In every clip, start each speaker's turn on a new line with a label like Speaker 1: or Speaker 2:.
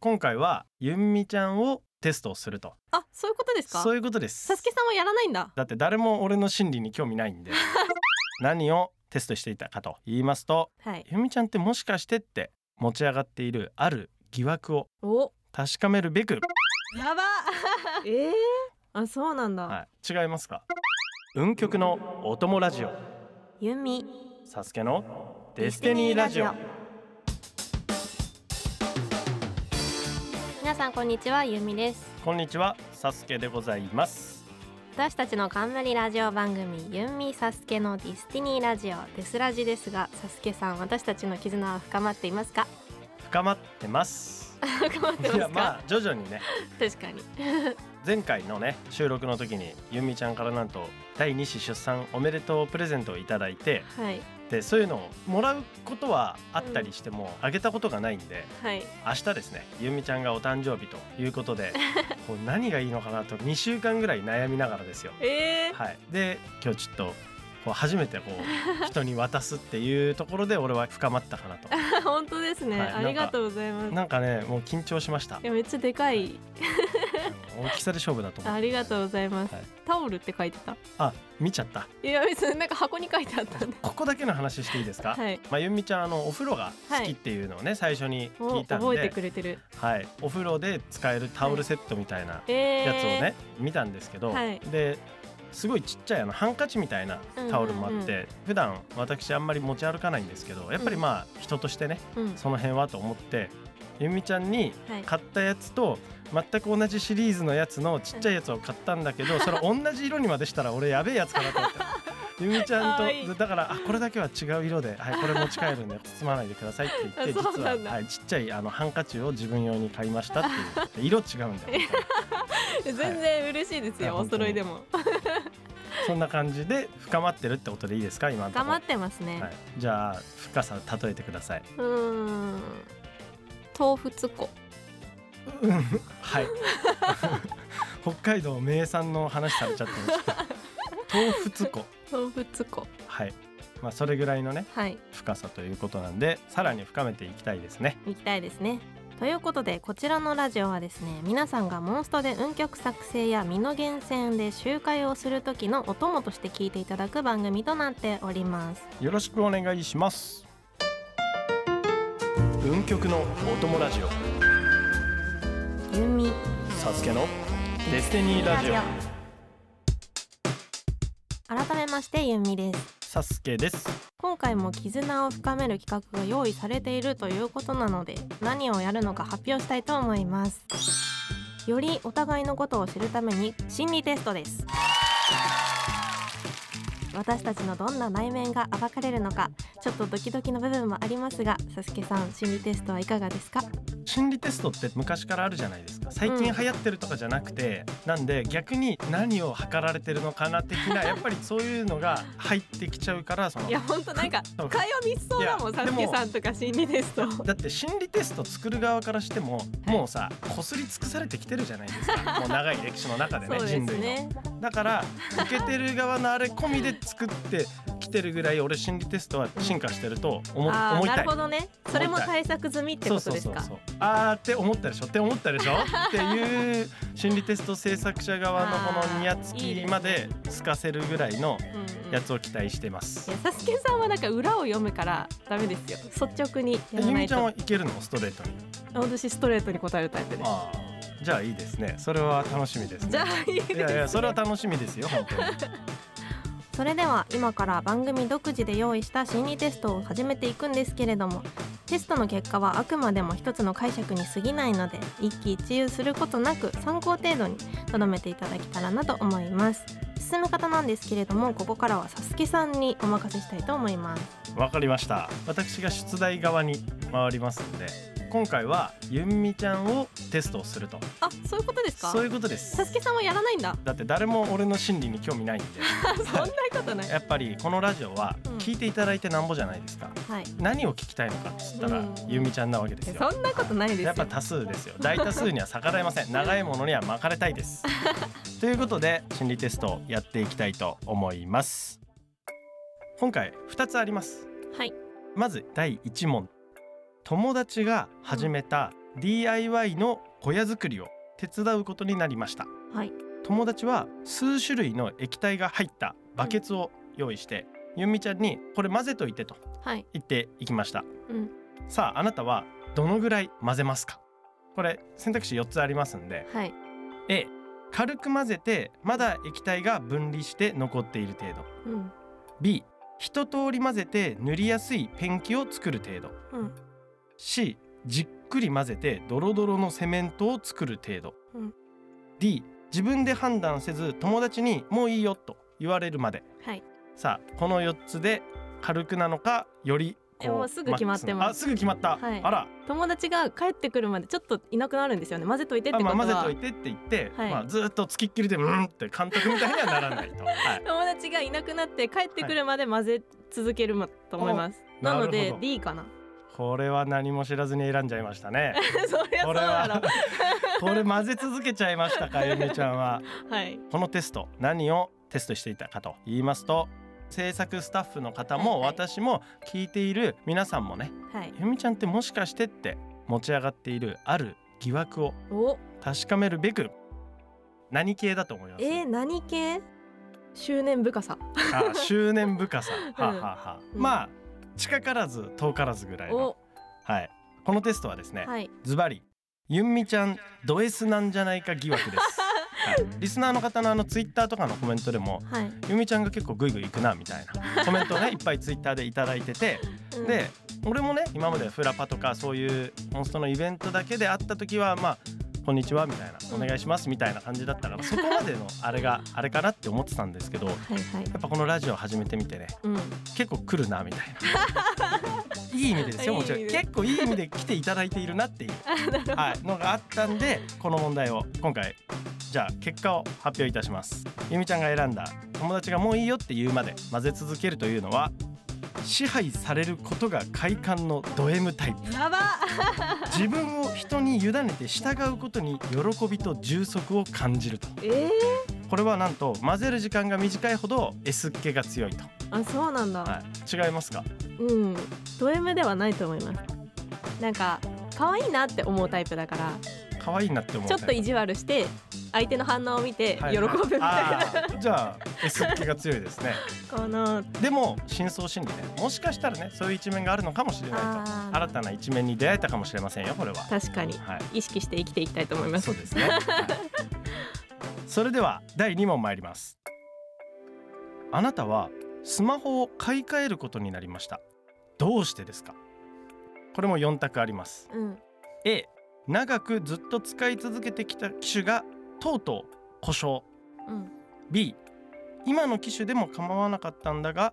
Speaker 1: 今回はゆみちゃんをテストをすると
Speaker 2: あ、そういうことですか。
Speaker 1: そういうことです
Speaker 2: サスケさんはやらないんだ。
Speaker 1: だって誰も俺の心理に興味ない んで何をテストしていたかと言いますと
Speaker 2: はい。
Speaker 1: ゆみちゃんってもしかしてって持ち上がっているある疑惑を
Speaker 2: お、
Speaker 1: 確かめるべく、
Speaker 2: やば。 ええあ、そうなんだ。
Speaker 1: はい、違いますか運極のお供ラジオ
Speaker 2: ユミ。
Speaker 1: サスケのデスティニーラジオ
Speaker 2: 皆さんこんにちは、ゆみです。
Speaker 1: こんにちはサスケでございます
Speaker 2: 私たちの冠ラジオ番組「ユンミサスケのディスティニーラジオ」デスラジですがサスケさん私たちの絆は深まっていますか
Speaker 1: 深まってます
Speaker 2: 深まってます
Speaker 1: い
Speaker 2: か
Speaker 1: やまあ徐々にね
Speaker 2: 確かに
Speaker 1: 前回のね収録の時にゆみちゃんからなんと第2子出産おめでとうプレゼントをいただいて
Speaker 2: はい
Speaker 1: でそういうのをもらうことはあったりしても、あげたことがないんで
Speaker 2: はい
Speaker 1: 明日ですねゆみちゃんがお誕生日ということ でこう何がいいのかなと2週間ぐらい悩みながらですよ。
Speaker 2: えー、
Speaker 1: はい、で今日ちょっとこう初めてこう人に渡すっていうところで俺は深まったかな と
Speaker 2: 本当ですね、
Speaker 1: はい
Speaker 2: ありがとうございますい
Speaker 1: なんかねもう緊張しました
Speaker 2: やめっちゃでかい
Speaker 1: 大きさで勝負だと思
Speaker 2: あ
Speaker 1: う
Speaker 2: りがとうございます、
Speaker 1: はい
Speaker 2: タオルって書いてた
Speaker 1: あ見ちゃった
Speaker 2: いや別になんか箱に書いてあったんで
Speaker 1: ここだけの話していいですか、
Speaker 2: はい
Speaker 1: まあ、ゆみちゃんあのお風呂が好きっていうのをね、最初に聞
Speaker 2: お
Speaker 1: いたん
Speaker 2: 覚えて
Speaker 1: で
Speaker 2: く、れてる
Speaker 1: はい、お風呂で使えるタオルセットみたいな
Speaker 2: えー、
Speaker 1: やつをね、見たんですけど、
Speaker 2: はい
Speaker 1: ですごいちっちゃいあのハンカチみたいなタオルもあって、
Speaker 2: うんうんう
Speaker 1: 普段私あんまり持ち歩かないんですけどやっぱりまあ人としてね
Speaker 2: うん
Speaker 1: その辺はと思ってゆみちゃんに
Speaker 2: はい
Speaker 1: 買ったやつと全く同じシリーズのやつのちっちゃいやつを買ったんだけど、それ同じ色にまでしたら俺やべえやつかなと思っ て。ゆみちゃん
Speaker 2: か
Speaker 1: と
Speaker 2: わいい
Speaker 1: だからあこれだけは違う色で、はい、これ持ち帰るん で包まないでくださいって言って
Speaker 2: あそう
Speaker 1: 実
Speaker 2: な
Speaker 1: は、
Speaker 2: んだ
Speaker 1: はい、ちっちゃいあのハンカチを自分用に買いましたっていう色違うんだよみたいな
Speaker 2: 全然嬉しいですよ、
Speaker 1: はい
Speaker 2: お揃いでも
Speaker 1: そんな感じで深まってるってことでいいですか今のと
Speaker 2: 頑
Speaker 1: こ
Speaker 2: 張ってますね、
Speaker 1: はい、じゃあ深さ例えてくださいう
Speaker 2: ーん豆腐つこ
Speaker 1: うんはい 北海道名産の話されちゃってま した豆腐つこ
Speaker 2: 豆腐つこ
Speaker 1: はいまあそれぐらいのね
Speaker 2: はい
Speaker 1: 深さということなんでさらに深めていきたいですね
Speaker 2: 行きたいですねということでこちらのラジオはですね皆さんがモンストで運曲作成や身の厳選で集会をする時のお供として聞いていただく番組となっております
Speaker 1: よろしくお願いします運極のお供ラジオ
Speaker 2: ゆみ
Speaker 1: サスケのデスティニーラジオ
Speaker 2: 改めましてゆみです
Speaker 1: サスケです
Speaker 2: 今回も絆を深める企画が用意されているということなので何をやるのか発表したいと思いますよりお互いのことを知るために心理テストです私たちのどんな内面が暴かれるのかちょっとドキドキの部分もありますがサスケさん心理テストはいかがですか
Speaker 1: 心理テストって昔からあるじゃないですか最近流行ってるとかじゃなくて、なんで逆に何を測られてるのかな的 なやっぱりそういうのが入ってきちゃうからその
Speaker 2: 本当
Speaker 1: なんか会
Speaker 2: 話ミス
Speaker 1: そうだもんいやでもサスケさ
Speaker 2: んとか心理テ スト
Speaker 1: だって心理テスト作る側からしても、
Speaker 2: はい
Speaker 1: もうさこすり尽くされてきてるじゃないです かもう長い歴史の中でね
Speaker 2: そうです
Speaker 1: 人類の。
Speaker 2: ね
Speaker 1: だから受けてる側のあれ込みで作ってきてるぐらい俺心理テストは進化してると思,、
Speaker 2: あ
Speaker 1: 思
Speaker 2: ー
Speaker 1: い
Speaker 2: な
Speaker 1: たい
Speaker 2: るほ。どねそれも対策済みって
Speaker 1: そう
Speaker 2: こと
Speaker 1: そう
Speaker 2: です
Speaker 1: そう
Speaker 2: か
Speaker 1: そうあーって思ったでしょって思ったでしょって いう心理テスト制作者側のこのニヤつ
Speaker 2: あーい
Speaker 1: き
Speaker 2: いですね
Speaker 1: まで透かせるぐらいの
Speaker 2: うんうん
Speaker 1: やつを期待してます
Speaker 2: い。やサスケさんはなんか裏を読むからダメですよ率直にやら
Speaker 1: ゆ
Speaker 2: な
Speaker 1: み
Speaker 2: い
Speaker 1: ちゃん
Speaker 2: と
Speaker 1: はいけるのストレートに。
Speaker 2: 私ストレートに答えるタイプです
Speaker 1: あーじゃあいいですね。それは楽しみですね。
Speaker 2: じゃあいいです
Speaker 1: いや いやそれは楽しみですよ本当に。
Speaker 2: それでは今から番組独自で用意した心理テストを始めていくんですけれどもテストの結果はあくまでも一つの解釈に過ぎないので一喜一憂することなく参考程度にとどめていただけたらなと思います進め方なんですけれどもここからはサスケさんにお任せしたいと思います
Speaker 1: わかりました私が出題側に回りますので今回はゆんみちゃんをテストをすると
Speaker 2: あそういうことですか
Speaker 1: そういうことです
Speaker 2: サスケさんはやらないんだ
Speaker 1: だって誰も俺の心理に興味ないんで
Speaker 2: そんなことない
Speaker 1: やっぱりこのラジオは
Speaker 2: うん
Speaker 1: 聞いていただいてなんぼじゃないですか、
Speaker 2: はい
Speaker 1: 何を聞きたいのかっつったら、
Speaker 2: うん
Speaker 1: ゆみちゃんなわけで
Speaker 2: い
Speaker 1: す
Speaker 2: や
Speaker 1: よ
Speaker 2: そんなことないですよ
Speaker 1: やっぱ多数ですよ大多数には逆らえません長いものには巻かれたいです ということで心理テストをやっていきたいと思います今回2つあります
Speaker 2: はい
Speaker 1: まず第1問友達が始めた DIY の小屋作りを手伝うことになりました
Speaker 2: はい
Speaker 1: 友達は数種類の液体が入ったバケツを用意して、ゆみちゃんにこれ混ぜといてと
Speaker 2: はい
Speaker 1: 言っていきました
Speaker 2: うん
Speaker 1: さああなたはどのぐらい混ぜますかこれ選択肢4つありますんで
Speaker 2: はい
Speaker 1: A 軽く混ぜてまだ液体が分離して残っている程度
Speaker 2: うん
Speaker 1: B 一通り混ぜて塗りやすいペンキを作る程度
Speaker 2: うん
Speaker 1: C じっくり混ぜてドロドロのセメントを作る程度、
Speaker 2: うん
Speaker 1: D 自分で判断せず友達に「もういいよ」と言われるまで
Speaker 2: はい
Speaker 1: さあこの4つで軽くなのかよりこ
Speaker 2: えもうすぐ決まってま
Speaker 1: マ
Speaker 2: す
Speaker 1: ックスのあすぐ決まった、
Speaker 2: はい
Speaker 1: あら
Speaker 2: 友達が帰ってくるまでちょっといなくなるんですよね混ぜといてって
Speaker 1: あ
Speaker 2: こと
Speaker 1: ま
Speaker 2: は、
Speaker 1: あ混ぜといてって言って、
Speaker 2: はい
Speaker 1: まあ、ずっとつきっきりで「うん」って監督みたいにはならない と。はい
Speaker 2: 友達がいなくなって帰ってくるまで混ぜ続けるまと思います、
Speaker 1: お
Speaker 2: なの
Speaker 1: なる
Speaker 2: で
Speaker 1: ほど
Speaker 2: D かな
Speaker 1: これは何も知らずに選んじゃいましたね。
Speaker 2: そりゃそ
Speaker 1: こ
Speaker 2: う
Speaker 1: れ
Speaker 2: だ ろ
Speaker 1: はこれ混ぜ続けちゃいましたかゆめちゃんは。
Speaker 2: うはい
Speaker 1: このテスト何をテストしていたかと言いますと制作スタッフの方も
Speaker 2: はいはい
Speaker 1: 私も聞いている皆さんもね、
Speaker 2: はい
Speaker 1: ゆみちゃんってもしかしてって持ち上がっているある疑惑を
Speaker 2: お
Speaker 1: 確かめるべく何系だと思います、
Speaker 2: えー、何系執念深さ
Speaker 1: あ執念深さ、はあ
Speaker 2: うん
Speaker 1: はあはあ
Speaker 2: うん
Speaker 1: まあ近からず遠からずぐらいの
Speaker 2: お、
Speaker 1: はい、このテストはですね、
Speaker 2: はい
Speaker 1: ズバリゆんみちゃんド S なんじゃないか疑惑 です、はいリスナーの方のあのツイッターとかのコメントでも
Speaker 2: はい、
Speaker 1: ゆみちゃんが結構グイグイ行くなみたいなコメントをねいっぱいツイッターでいただいてて
Speaker 2: うん
Speaker 1: で俺もね今までフラパとかそういうモンストのイベントだけで会った時はまあこんにちはみたいなお願いしますみたいな感じだったからそこまでのあれがあれかなって思ってたんですけどや
Speaker 2: はいはい
Speaker 1: っぱこのラジオ始めてみてね
Speaker 2: うん
Speaker 1: 結構来るなみたいな いい意味でですよもちろ
Speaker 2: いい
Speaker 1: ん
Speaker 2: 意味で
Speaker 1: 結構いい意味で来ていただいているな っていう、はい、のがあったんでこの問題を今回じゃあ結果を発表いたしますゆみちゃんが選んだ友達がもういいよって言うまで混ぜ続けるというのは支配されることが快感のド M タイ プ
Speaker 2: やば
Speaker 1: 自分を人に委ねて従うことに喜びと充足を感じると
Speaker 2: えー、
Speaker 1: これはなんと混ぜる時間が短いほど S っ気が強いと、
Speaker 2: あそうなんだ、
Speaker 1: はい、違いますか
Speaker 2: うんド M ではないと思いますなんか可愛いなって思うタイプだから
Speaker 1: 可愛いなって思う
Speaker 2: ちょ
Speaker 1: タイ
Speaker 2: っ
Speaker 1: プ
Speaker 2: と意地悪して相手の反応を見て
Speaker 1: は
Speaker 2: 喜ぶみたいな、
Speaker 1: あーじゃあ S っ気が強いですね
Speaker 2: この
Speaker 1: でも深層心理ねもしかしたらねそういう一面があるのかもしれないと
Speaker 2: あー
Speaker 1: 新たな一面に出会えたかもしれませんよこれは
Speaker 2: 確かに
Speaker 1: は
Speaker 2: 意識して生きていきたいと思いま
Speaker 1: い
Speaker 2: す
Speaker 1: そうですね、はいそれでは第2問参りますあなたはスマホを買い替えることになりましたどうしてですかこれも4択あります
Speaker 2: うん、
Speaker 1: A 長くずっと使い続けてきた機種がとうとう故障
Speaker 2: うん、
Speaker 1: B 今の機種でも構わなかったんだが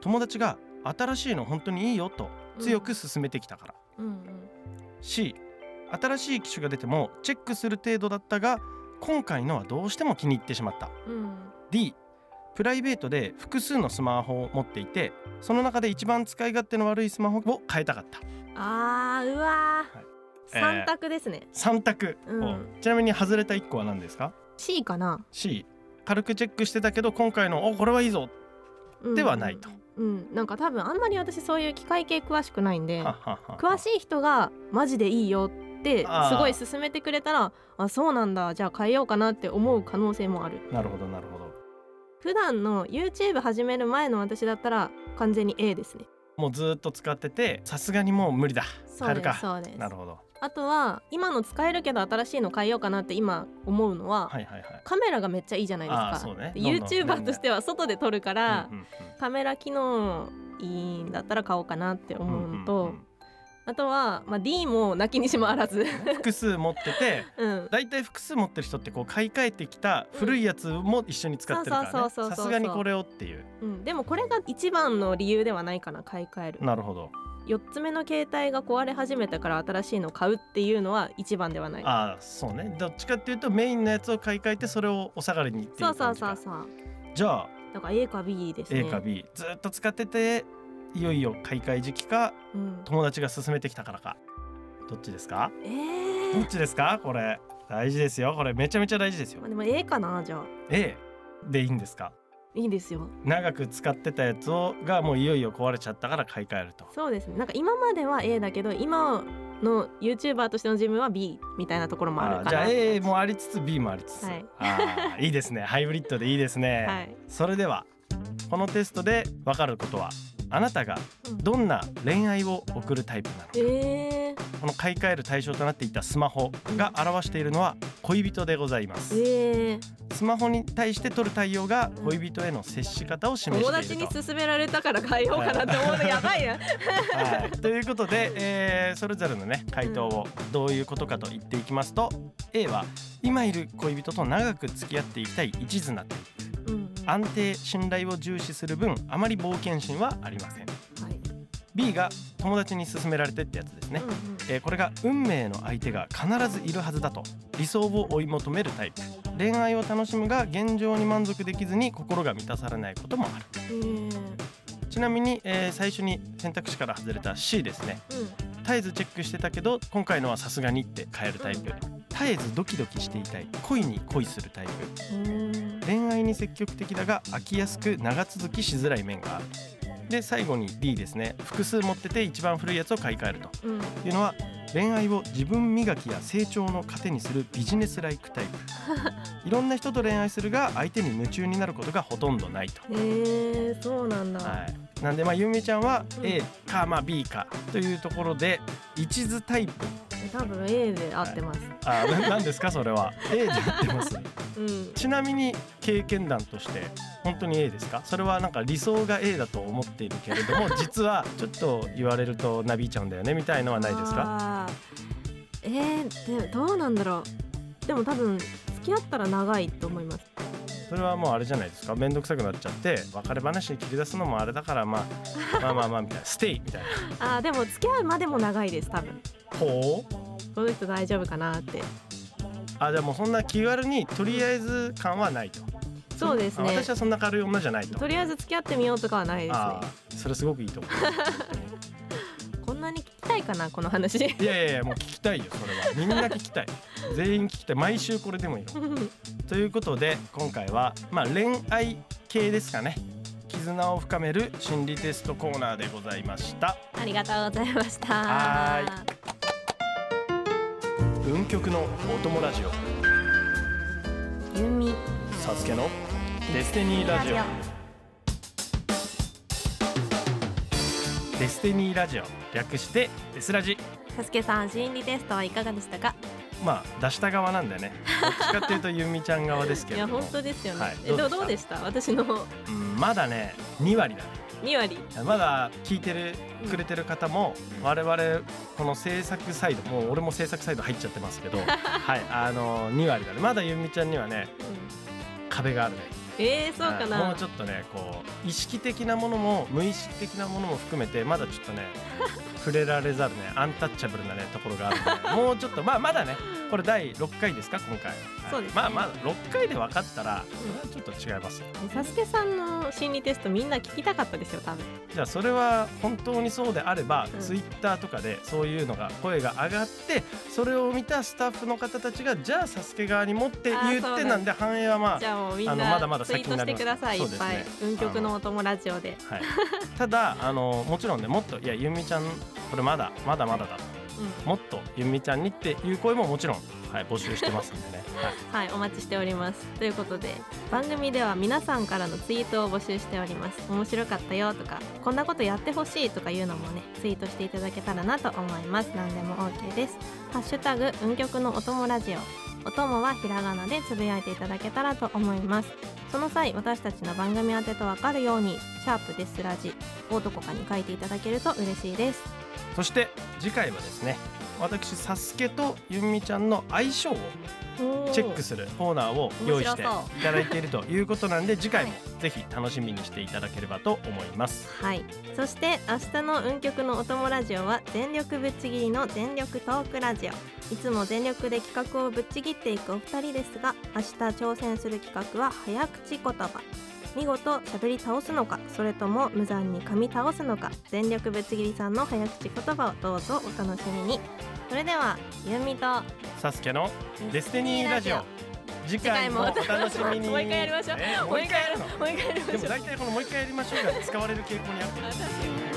Speaker 1: 友達が新しいの本当にいいよと強く勧めてきたから、
Speaker 2: うん、
Speaker 1: C 新しい機種が出てもチェックする程度だったが今回のはどうしても気に入ってしまった
Speaker 2: うん、うん、
Speaker 1: D プライベートで複数のスマホを持っていてその中で一番使い勝手の悪いスマホを変えたかった
Speaker 2: あーうわー、
Speaker 1: はいえー
Speaker 2: 三択ですね、
Speaker 1: 3択、
Speaker 2: うん
Speaker 1: おちなみに外れた1個は何ですか
Speaker 2: C かな、
Speaker 1: C 軽くチェックしてたけど今回のおこれはいいぞ
Speaker 2: うん
Speaker 1: ではないと、
Speaker 2: うん、なんか多分あんまり私そういう機械系詳しくないんで
Speaker 1: はっはっはっは
Speaker 2: 詳しい人がマジでいいよってす
Speaker 1: あー
Speaker 2: ごい勧めてくれたらあそうなんだじゃあ変えようかなって思う可能性もある
Speaker 1: なるほどなるほど
Speaker 2: 普段の YouTube 始める前の私だったら完全に A ですね
Speaker 1: もうずーっと使っててさすがにもう無理だ
Speaker 2: そ
Speaker 1: 変え
Speaker 2: う
Speaker 1: る
Speaker 2: で
Speaker 1: か
Speaker 2: すそうです
Speaker 1: なるほど
Speaker 2: あとは今の使えるけど新しいの変えようかなって今思うのは、
Speaker 1: はいはいはい
Speaker 2: カメラがめっちゃいいじゃないです
Speaker 1: あ
Speaker 2: か
Speaker 1: ーそうね
Speaker 2: で
Speaker 1: どんどん
Speaker 2: YouTuber としては外で撮るから、
Speaker 1: うんうん
Speaker 2: カメラ機能いいんだったら買おうかなって
Speaker 1: うん
Speaker 2: 思うのと、
Speaker 1: うんうん
Speaker 2: あとは、まあ、D も泣きにしもあらず、
Speaker 1: うん複数持ってて
Speaker 2: うん、
Speaker 1: 大体複数持ってる人ってこう買い替えてきた古いやつも一緒に使ってるから
Speaker 2: そう
Speaker 1: ね
Speaker 2: そうそうそう
Speaker 1: さ
Speaker 2: そう
Speaker 1: すがにこれをっていう
Speaker 2: うん、でもこれが一番の理由ではないかな買い替える
Speaker 1: なるほど
Speaker 2: 4つ目の携帯が壊れ始めたから新しいの買うっていうのは一番ではない
Speaker 1: ああそうねどっちかっていうとメインのやつを買い替えてそれをお下がりにってい
Speaker 2: そう
Speaker 1: う
Speaker 2: そ
Speaker 1: 感
Speaker 2: う
Speaker 1: じか
Speaker 2: そうそう
Speaker 1: じゃあ
Speaker 2: だから A か B ですね
Speaker 1: A か B ずーっと使ってていよいよ買い替え時期か
Speaker 2: うん、
Speaker 1: 友達が勧めてきたからかどっちですか
Speaker 2: え
Speaker 1: ど
Speaker 2: ー
Speaker 1: っちですかこれ大事ですよこれめちゃめちゃ大事ですよ
Speaker 2: まあ、でも A かなじゃあ
Speaker 1: A でいいんですか
Speaker 2: いいですよ
Speaker 1: 長く使ってたやつをがもういよいよ壊れちゃったから買い替えると
Speaker 2: そうですねなんか今までは A だけど今の YouTuber としての自分は B みたいなところもあ
Speaker 1: あ
Speaker 2: る
Speaker 1: ー
Speaker 2: か
Speaker 1: じゃ
Speaker 2: ら
Speaker 1: あ A もありつつ B もありつつ、
Speaker 2: はい
Speaker 1: あーいいですねハイブリッドでいいですね、
Speaker 2: はい、
Speaker 1: それではこのテストでわかることはあなたが
Speaker 2: うん
Speaker 1: どんな恋愛を送るタイプなのか
Speaker 2: えー、
Speaker 1: この買い替える対象となっていたスマホが表しているのは恋人でございます
Speaker 2: えー、
Speaker 1: スマホに対して取る対応が恋人への接し方を示
Speaker 2: 友
Speaker 1: して
Speaker 2: 達
Speaker 1: いる
Speaker 2: に
Speaker 1: と
Speaker 2: 勧められたから変えようかなって思うのやばいな
Speaker 1: はい、ということで、えーそれぞれのね回答をどういうことかと言っていきますと A は今いる恋人と長く付き合っていきたい一途なタイプ
Speaker 2: うんうん
Speaker 1: 安定信頼を重視する分あまり冒険心はありません
Speaker 2: はい
Speaker 1: B が友達に勧められてってやつですね、
Speaker 2: うんうん
Speaker 1: えーこれが運命の相手が必ずいるはずだと理想を追い求めるタイプ恋愛を楽しむが現状に満足できずに心が満たされないこともある
Speaker 2: えー
Speaker 1: ちなみに、えー最初に選択肢から外れた C ですね
Speaker 2: う
Speaker 1: 絶えずチェックしてたけど今回のはさすがにって変えるタイプ絶えずドキドキしていたい恋に恋するタイプ
Speaker 2: んうん
Speaker 1: 恋愛に積極的だが飽きやすく長続きしづらい面があるで最後に D ですね複数持ってて一番古いやつを買い替えると
Speaker 2: うん
Speaker 1: いうのは恋愛を自分磨きや成長の糧にするビジネスライクタイプいろんな人と恋愛するが相手に夢中になることがほとんどないと。
Speaker 2: えー、そうなんだ、
Speaker 1: はい、なんでまあゆみちゃんは
Speaker 2: うん
Speaker 1: A かまあ B かというところで一途タイプ
Speaker 2: 多分 A で合ってます、
Speaker 1: あーななんですかそれは A でやってます
Speaker 2: うん
Speaker 1: ちなみに経験談として本当に A ですかそれはなんか理想が A だと思っているけれ ども実はちょっと言われるとなびいちゃうんだよねみたいのはないですか
Speaker 2: あーえー、でどうなんだろうでも多分付き合ったら長いと思います
Speaker 1: それはもうあれじゃないですか面倒くさくなっちゃって別れ話に切り出すのもあれだから、ま あ、まあまあまあみたいなステイみたい
Speaker 2: あーでも付き合うまでも長いです多分
Speaker 1: なほう
Speaker 2: この人大丈夫かなって
Speaker 1: あじゃあもうそんな気軽にとりあえず感はないと
Speaker 2: そうです
Speaker 1: あ
Speaker 2: ね
Speaker 1: 私はそんな軽い女じゃないと
Speaker 2: とりあえず付き合ってみようとかはないです
Speaker 1: あ
Speaker 2: ね
Speaker 1: ーそれすごくいいと思う
Speaker 2: こんなに聞きたいかなこの話
Speaker 1: いやいやいやもう聞きたいよそれはみんな聞きたい全員聞きたい毎週これでもいい のということで今回は、まあ、恋愛系ですかね絆を深める心理テストコーナーでございました
Speaker 2: ありがとうございました
Speaker 1: は運極のお友ラジオ
Speaker 2: ゆみ
Speaker 1: サスケのデスティニーラジオデスティニーラジオ略してデスラジ
Speaker 2: さすけさん心理テストはいかがでしたか
Speaker 1: まあ出した側なんでねどっちかっていうとゆみちゃん側ですけ
Speaker 2: い
Speaker 1: れ
Speaker 2: や
Speaker 1: ども
Speaker 2: 本当ですよね、
Speaker 1: はい
Speaker 2: えでもどうでした私の
Speaker 1: うんまだね2割だね
Speaker 2: 2割
Speaker 1: まだ聞いてるくれてる方も我々この制作サイドもう俺も制作サイド入っちゃってますけ どはいあの2割だねまだゆみちゃんにはね壁があるね
Speaker 2: えー、そうか
Speaker 1: はいも
Speaker 2: な
Speaker 1: うちょっとねこう意識的なものも無意識的なものも含めてまだちょっと ね触れられざるねアンタッチャブルなねところがあるの でもうちょっとまあまだねこれ第6回ですか今回、はい
Speaker 2: そうですね
Speaker 1: まあまあ6回で分かったら、ちょっと違いますよ
Speaker 2: さすけさんの心理テストみんな聞きたかったですよ多分
Speaker 1: じゃあそれは本当にそうであれば、
Speaker 2: うん
Speaker 1: ツイッターとかでそういうのが声が上がってそれを見たスタッフの方たちがじゃあサスケ側に持って
Speaker 2: あー
Speaker 1: 言っ
Speaker 2: そう
Speaker 1: て
Speaker 2: だ
Speaker 1: なんで反映はまあ
Speaker 2: じゃあもうみん
Speaker 1: あのまだま
Speaker 2: な
Speaker 1: だ
Speaker 2: ツイー
Speaker 1: 先に
Speaker 2: ト
Speaker 1: な
Speaker 2: し
Speaker 1: り
Speaker 2: て
Speaker 1: ます
Speaker 2: くださいい
Speaker 1: そ
Speaker 2: っ
Speaker 1: うです
Speaker 2: ぱ
Speaker 1: ね
Speaker 2: い運極のお友ラジオで
Speaker 1: はい、ただあのもちろんねもっといやゆみちゃんこれまだまだまだだもっとゆみちゃんにっていう声ももちろん、はい、募集してますん でね、はい、
Speaker 2: はい、お待ちしております。ということで、番組では皆さんからのツイートを募集しております。面白かったよとか、こんなことやってほしいとかいうのもね、ツイートしていただけたらなと思います。何でも OK です。ハッシュタグ、運極のお供ラジオ。お供はひらがなでつぶやいていただけたらと思います。その際、私たちの番組宛てとわかるように、シャープですラジ、をどこかに書いていただけると嬉しいです。
Speaker 1: そして次回はですね私サスケとゆみちゃんの相性をチェックするコーナーを用意してい
Speaker 2: 面白そ
Speaker 1: ただいているということなんで次回も
Speaker 2: は
Speaker 1: ぜひ楽しみにしていただければと思います
Speaker 2: はい、そして明日の運極のお供ラジオは全力ぶっちぎりの全力トークラジオいつも全力で企画をぶっちぎっていくお二人ですが明日挑戦する企画は早口言葉見事しゃべり倒すのかそれとも無残に噛み倒すのか全力ぶっちぎりさんの早口言葉をどうぞお楽しみにそれではゆみと
Speaker 1: サスケのデスティニーラジオ次回もお楽し みに
Speaker 2: もう一回やりましょう
Speaker 1: えーもう
Speaker 2: もう
Speaker 1: 一
Speaker 2: 一
Speaker 1: 回
Speaker 2: 回
Speaker 1: やる
Speaker 2: やる
Speaker 1: の
Speaker 2: もう一回やりまし
Speaker 1: で
Speaker 2: ょ
Speaker 1: も
Speaker 2: う
Speaker 1: 大体このもう一回やりましょうが使われる傾向にあってる
Speaker 2: あ確かに